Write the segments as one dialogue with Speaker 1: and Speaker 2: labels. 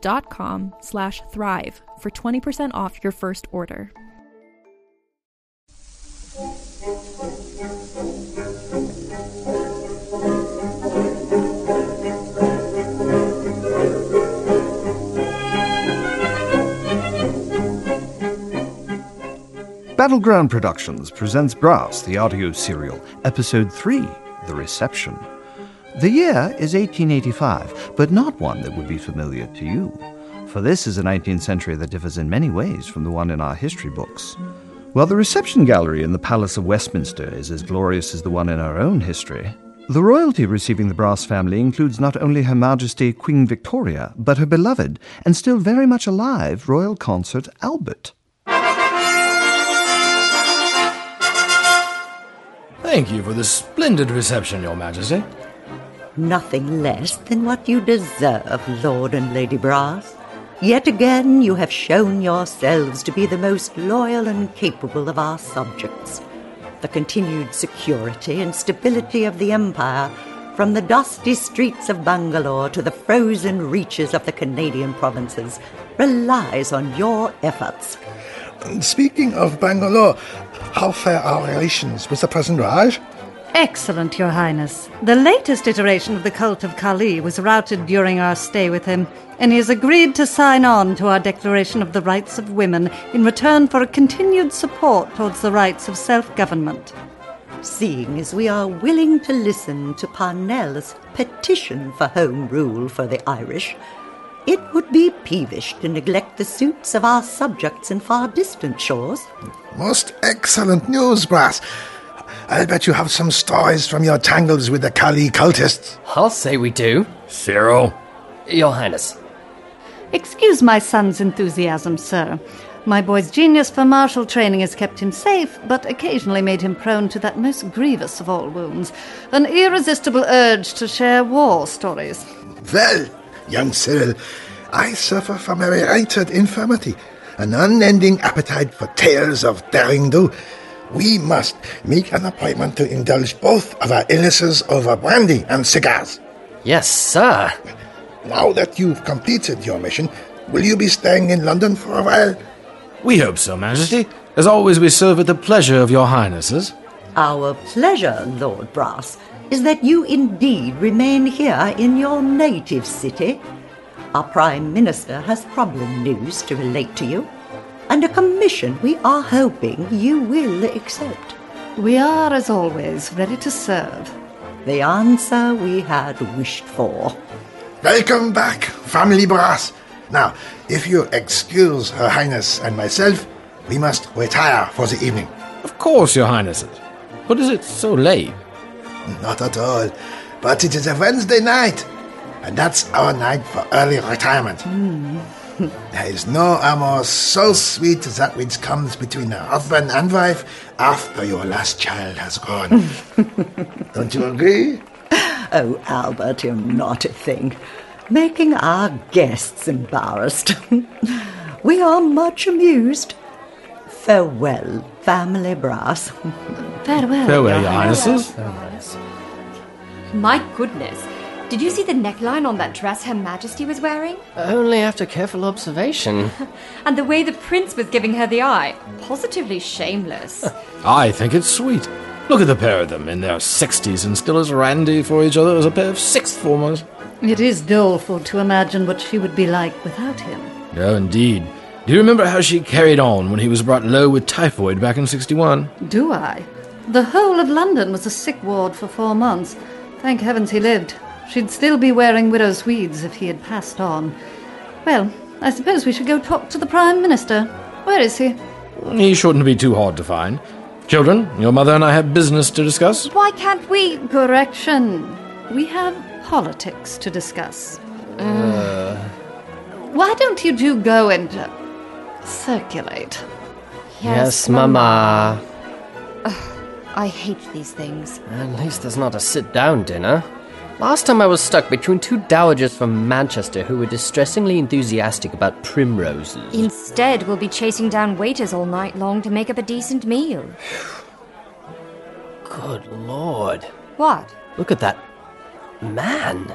Speaker 1: dot com slash thrive for 20% off your first order.
Speaker 2: Battleground Productions presents Brass, the audio serial, Episode 3 The Reception. The year is 1885, but not one that would be familiar to you, for this is a 19th century that differs in many ways from the one in our history books. While the reception gallery in the Palace of Westminster is as glorious as the one in our own history, the royalty receiving the Brass family includes not only Her Majesty Queen Victoria, but her beloved and still very much alive royal consort Albert.
Speaker 3: Thank you for the splendid reception, Your Majesty.
Speaker 4: Nothing less than what you deserve, Lord and Lady Brass. Yet again, you have shown yourselves to be the most loyal and capable of our subjects. The continued security and stability of the Empire, from the dusty streets of Bangalore to the frozen reaches of the Canadian provinces, relies on your efforts.
Speaker 5: Speaking of Bangalore, how fare our relations with the present Raj?
Speaker 6: Excellent, Your Highness. The latest iteration of the cult of Kali was routed during our stay with him, and he has agreed to sign on to our Declaration of the Rights of Women in return for a continued support towards the rights of self government.
Speaker 4: Seeing as we are willing to listen to Parnell's petition for Home Rule for the Irish, it would be peevish to neglect the suits of our subjects in far distant shores.
Speaker 5: Most excellent news, Brass. I bet you have some stories from your tangles with the Kali cultists.
Speaker 7: I'll say we do.
Speaker 3: Cyril.
Speaker 7: Your Highness.
Speaker 6: Excuse my son's enthusiasm, sir. My boy's genius for martial training has kept him safe, but occasionally made him prone to that most grievous of all wounds an irresistible urge to share war stories.
Speaker 5: Well, young Cyril, I suffer from a related infirmity, an unending appetite for tales of daring do. We must make an appointment to indulge both of our illnesses over brandy and cigars.
Speaker 7: Yes, sir.
Speaker 5: Now that you've completed your mission, will you be staying in London for a while?
Speaker 3: We hope so, Majesty. As always, we serve at the pleasure of your highnesses.
Speaker 4: Our pleasure, Lord Brass, is that you indeed remain here in your native city. Our Prime Minister has problem news to relate to you, and a commission we are hoping you will accept.
Speaker 6: We are, as always, ready to serve.
Speaker 4: The answer we had wished for.
Speaker 5: Welcome back, family brass. Now, if you excuse Her Highness and myself, we must retire for the evening.
Speaker 3: Of course, your highnesses. What is it so late?
Speaker 5: Not at all. But it is a Wednesday night, and that's our night for early retirement.
Speaker 3: Hmm.
Speaker 5: there is no amour so sweet as that which comes between a husband and wife after your last child has gone. Don't you agree?
Speaker 4: Oh, Albert, you're not a thing. Making our guests embarrassed. we are much amused. Farewell, family brass.
Speaker 8: Farewell.
Speaker 3: Farewell, Your Highnesses.
Speaker 8: My goodness. Did you see the neckline on that dress Her Majesty was wearing?
Speaker 7: Only after careful observation.
Speaker 8: And the way the prince was giving her the eye? Positively shameless.
Speaker 3: I think it's sweet. Look at the pair of them in their 60s and still as randy for each other as a pair of sixth formers.
Speaker 6: It is doleful to imagine what she would be like without him.
Speaker 3: No, indeed. Do you remember how she carried on when he was brought low with typhoid back in 61?
Speaker 6: Do I? The whole of London was a sick ward for four months. Thank heavens he lived. She'd still be wearing widow's weeds if he had passed on. Well, I suppose we should go talk to the Prime Minister. Where is he?
Speaker 3: He shouldn't be too hard to find. Children, your mother and I have business to discuss.
Speaker 8: Why can't we?
Speaker 6: Correction. We have politics to discuss.
Speaker 7: Uh,
Speaker 6: Why don't you two go and uh, circulate?
Speaker 7: yes, Mama.
Speaker 8: I hate these things.
Speaker 7: At least there's not a sit down dinner. Last time I was stuck between two dowagers from Manchester who were distressingly enthusiastic about primroses.
Speaker 8: Instead, we'll be chasing down waiters all night long to make up a decent meal.
Speaker 7: Good lord.
Speaker 8: What?
Speaker 7: Look at that man.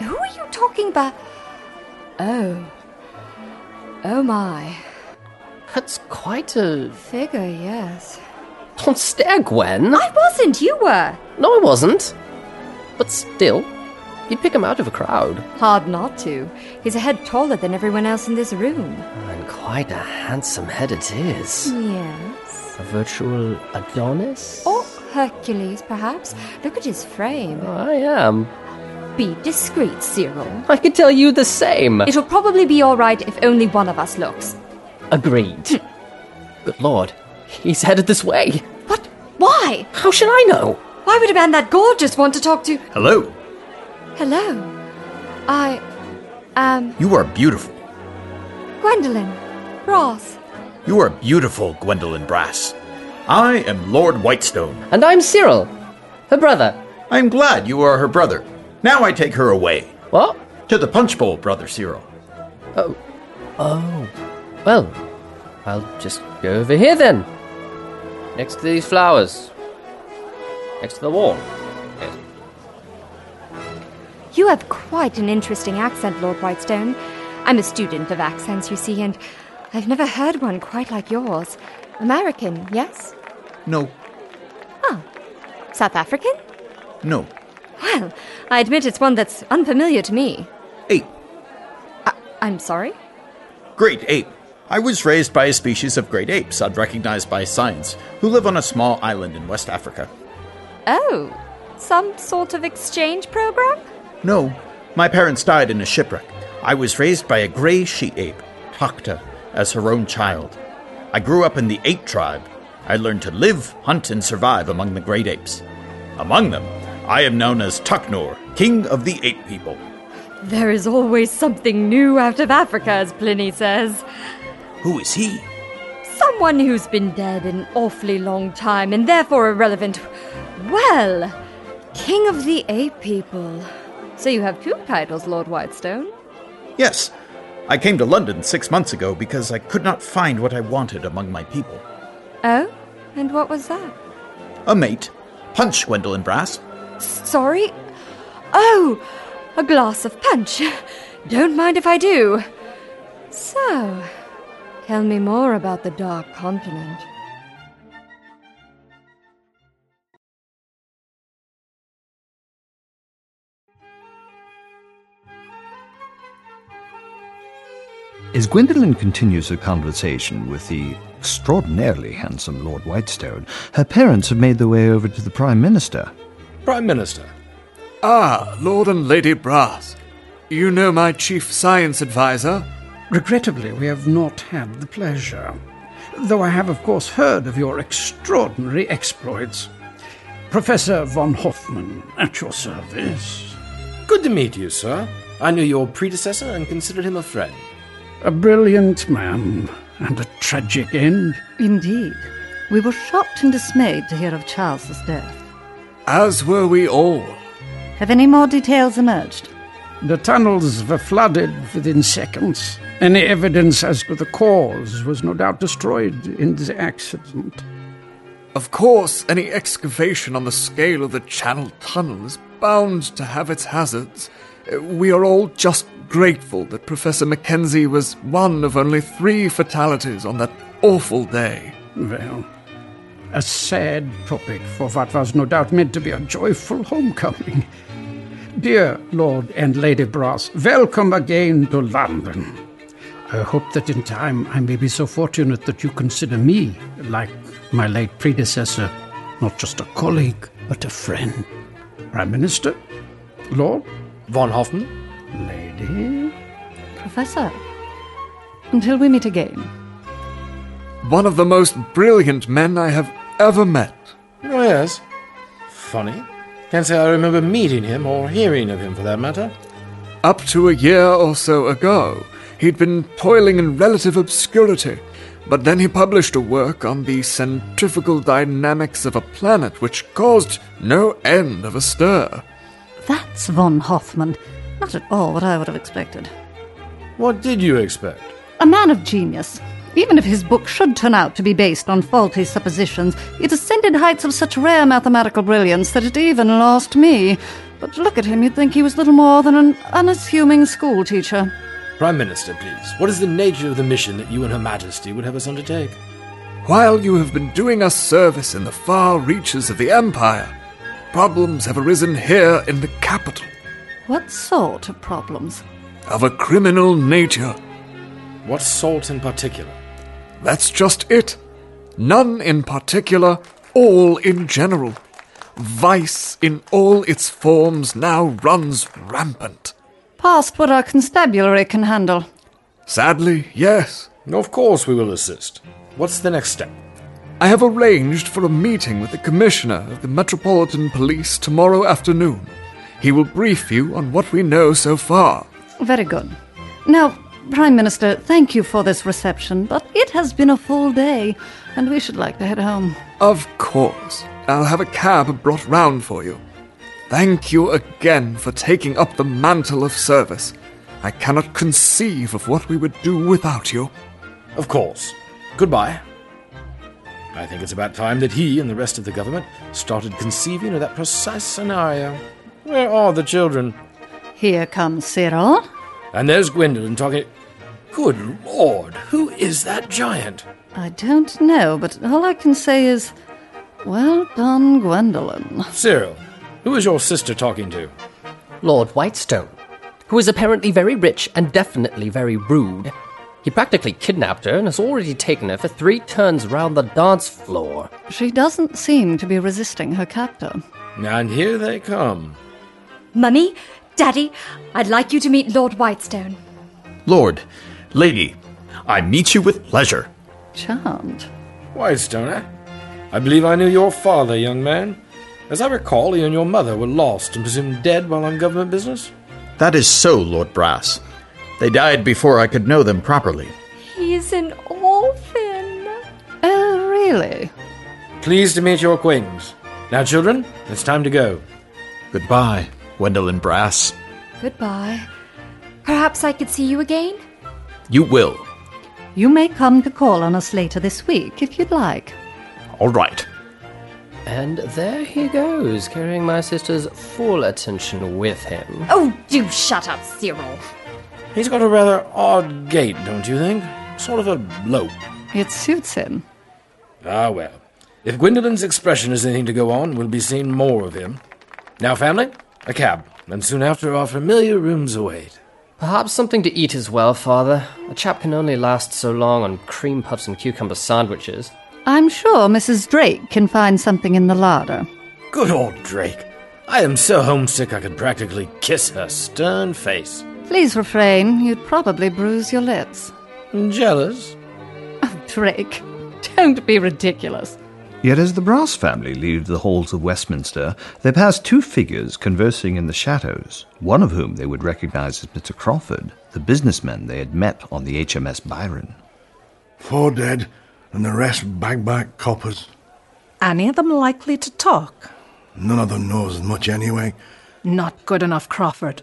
Speaker 8: Who are you talking about? Oh. Oh my.
Speaker 7: That's quite a.
Speaker 8: Figure, yes.
Speaker 7: Don't stare, Gwen.
Speaker 8: I wasn't, you were.
Speaker 7: No, I wasn't. But still, you'd pick him out of a crowd.
Speaker 8: Hard not to. He's a head taller than everyone else in this room.
Speaker 7: And quite a handsome head it is.
Speaker 8: Yes.
Speaker 7: A virtual Adonis?
Speaker 8: Or Hercules, perhaps. Look at his frame.
Speaker 7: I am.
Speaker 8: Be discreet, Cyril.
Speaker 7: I could tell you the same.
Speaker 8: It'll probably be all right if only one of us looks.
Speaker 7: Agreed. Good lord, he's headed this way.
Speaker 8: What? Why?
Speaker 7: How should I know?
Speaker 8: Why would a man that gorgeous want to talk to.
Speaker 9: Hello.
Speaker 8: Hello. I. Um.
Speaker 9: You are beautiful.
Speaker 8: Gwendolyn. Ross.
Speaker 9: You are beautiful, Gwendolyn Brass. I am Lord Whitestone.
Speaker 7: And I'm Cyril, her brother.
Speaker 9: I am glad you are her brother. Now I take her away.
Speaker 7: What?
Speaker 9: To the punch bowl, Brother Cyril.
Speaker 7: Oh. Oh. Well, I'll just go over here then. Next to these flowers. Next to the wall. Yes.
Speaker 8: You have quite an interesting accent, Lord Whitestone. I'm a student of accents, you see, and I've never heard one quite like yours. American, yes?
Speaker 9: No,
Speaker 8: South African?
Speaker 9: no.
Speaker 8: Well, I admit it's one that's unfamiliar to me.
Speaker 9: Ape.
Speaker 8: I'm sorry?
Speaker 9: Great ape. I was raised by a species of great apes unrecognized by science, who live on a small island in West Africa.
Speaker 8: Oh, some sort of exchange program?
Speaker 9: No, my parents died in a shipwreck. I was raised by a gray she ape, Takta, as her own child. I grew up in the ape tribe. I learned to live, hunt, and survive among the great apes. Among them, I am known as Tuknor, king of the ape people.
Speaker 8: There is always something new out of Africa, as Pliny says.
Speaker 9: Who is he?
Speaker 8: Someone who's been dead an awfully long time and therefore irrelevant. Well, King of the Ape People. So you have two titles, Lord Whitestone.
Speaker 9: Yes, I came to London six months ago because I could not find what I wanted among my people.
Speaker 8: Oh, and what was that?
Speaker 9: A mate. Punch, Gwendolyn Brass.
Speaker 8: Sorry? Oh, a glass of punch. Don't mind if I do. So, tell me more about the Dark Continent.
Speaker 2: As Gwendolen continues her conversation with the extraordinarily handsome Lord Whitestone, her parents have made their way over to the Prime Minister.
Speaker 3: Prime Minister.
Speaker 10: Ah, Lord and Lady Brass. You know my chief science advisor?
Speaker 11: Regrettably, we have not had the pleasure, though I have, of course, heard of your extraordinary exploits. Professor von Hoffman, at your service.
Speaker 3: Good to meet you, sir. I knew your predecessor and considered him a friend.
Speaker 11: A brilliant man, and a tragic end.
Speaker 6: Indeed. We were shocked and dismayed to hear of Charles's death.
Speaker 10: As were we all.
Speaker 6: Have any more details emerged?
Speaker 11: The tunnels were flooded within seconds. Any evidence as to the cause was no doubt destroyed in the accident.
Speaker 10: Of course, any excavation on the scale of the Channel Tunnel is bound to have its hazards. Uh, We are all just grateful that Professor Mackenzie was one of only three fatalities on that awful day.
Speaker 11: Well, a sad topic for what was no doubt meant to be a joyful homecoming. Dear Lord and Lady Brass, welcome again to London. I hope that in time I may be so fortunate that you consider me, like my late predecessor, not just a colleague, but a friend. Prime Minister, Lord,
Speaker 3: Von Hoffman?
Speaker 11: Lady.
Speaker 6: Professor, until we meet again.
Speaker 10: One of the most brilliant men I have ever met.
Speaker 3: Oh, yes. Funny. Can't say I remember meeting him or hearing of him for that matter.
Speaker 10: Up to a year or so ago, he'd been toiling in relative obscurity, but then he published a work on the centrifugal dynamics of a planet which caused no end of a stir.
Speaker 6: That's von Hoffman. Not at all what I would have expected.
Speaker 3: What did you expect?
Speaker 6: A man of genius. Even if his book should turn out to be based on faulty suppositions, it ascended heights of such rare mathematical brilliance that it even lost me. But look at him, you'd think he was little more than an unassuming schoolteacher.
Speaker 3: Prime Minister, please, what is the nature of the mission that you and Her Majesty would have us undertake?
Speaker 10: While you have been doing us service in the far reaches of the Empire, problems have arisen here in the capital
Speaker 6: What sort of problems?
Speaker 10: of a criminal nature.
Speaker 3: What sort in particular?
Speaker 10: That's just it. None in particular, all in general. Vice in all its forms now runs rampant.
Speaker 6: Past what our constabulary can handle.
Speaker 10: Sadly, yes.
Speaker 3: Of course we will assist. What's the next step?
Speaker 10: I have arranged for a meeting with the Commissioner of the Metropolitan Police tomorrow afternoon. He will brief you on what we know so far.
Speaker 6: Very good. Now, Prime Minister, thank you for this reception, but it has been a full day, and we should like to head home.
Speaker 10: Of course. I'll have a cab brought round for you. Thank you again for taking up the mantle of service. I cannot conceive of what we would do without you.
Speaker 3: Of course. Goodbye. I think it's about time that he and the rest of the government started conceiving of that precise scenario. Where are the children?
Speaker 6: Here comes Cyril.
Speaker 3: And there's Gwendolyn talking. Good lord, who is that giant?
Speaker 6: I don't know, but all I can say is, well done, Gwendolen.
Speaker 3: Cyril, who is your sister talking to?
Speaker 7: Lord Whitestone, who is apparently very rich and definitely very rude. He practically kidnapped her and has already taken her for three turns round the dance floor.
Speaker 6: She doesn't seem to be resisting her captor.
Speaker 3: And here they come.
Speaker 8: Mummy, Daddy, I'd like you to meet Lord Whitestone.
Speaker 9: Lord, lady, I meet you with pleasure.
Speaker 6: Charmed.
Speaker 3: Whitestone, eh? I believe I knew your father, young man. As I recall, he and your mother were lost and presumed dead while on government business.
Speaker 9: That is so, Lord Brass. They died before I could know them properly.
Speaker 8: He's an orphan.
Speaker 6: Oh, really?
Speaker 3: Pleased to meet your acquaintance. Now, children, it's time to go.
Speaker 9: Goodbye, Gwendolyn Brass.
Speaker 8: Goodbye. Perhaps I could see you again?
Speaker 9: You will.
Speaker 6: You may come to call on us later this week if you'd like.
Speaker 9: All right.
Speaker 7: And there he goes, carrying my sister's full attention with him.
Speaker 8: Oh, do shut up, Cyril.
Speaker 3: He's got a rather odd gait, don't you think? Sort of a lope.
Speaker 6: It suits him.
Speaker 3: Ah, well. If Gwendolyn's expression is anything to go on, we'll be seeing more of him. Now, family, a cab, and soon after our familiar rooms await.
Speaker 7: Perhaps something to eat as well, Father. A chap can only last so long on cream puffs and cucumber sandwiches.
Speaker 6: I'm sure Mrs. Drake can find something in the larder.
Speaker 3: Good old Drake. I am so homesick I could practically kiss her stern face.
Speaker 6: Please refrain. You'd probably bruise your lips.
Speaker 3: Jealous?
Speaker 6: Oh, Drake, don't be ridiculous.
Speaker 2: Yet as the Brass family leave the halls of Westminster, they pass two figures conversing in the shadows, one of whom they would recognize as Mr. Crawford, the businessman they had met on the HMS Byron.
Speaker 5: Four dead, and the rest bag-back coppers.
Speaker 12: Any of them likely to talk?
Speaker 5: None of them knows much anyway.
Speaker 12: Not good enough, Crawford.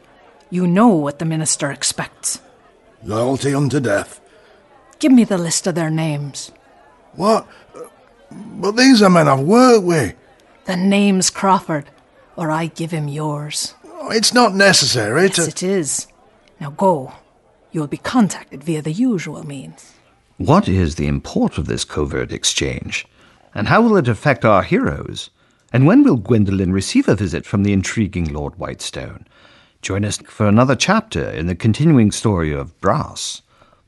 Speaker 12: You know what the minister expects.
Speaker 5: Loyalty unto death.
Speaker 12: Give me the list of their names.
Speaker 5: What? But these are men I've worked with.
Speaker 12: The name's Crawford, or I give him yours.
Speaker 5: Oh, It's not necessary
Speaker 12: yes,
Speaker 5: to-
Speaker 12: it is. Now go. You will be contacted via the usual means.
Speaker 2: What is the import of this covert exchange? And how will it affect our heroes? And when will Gwendolen receive a visit from the intriguing Lord Whitestone? Join us for another chapter in the continuing story of Brass.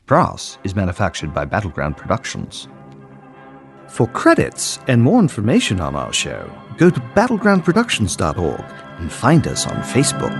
Speaker 2: Brass is manufactured by Battleground Productions. For credits and more information on our show, go to battlegroundproductions.org and find us on Facebook.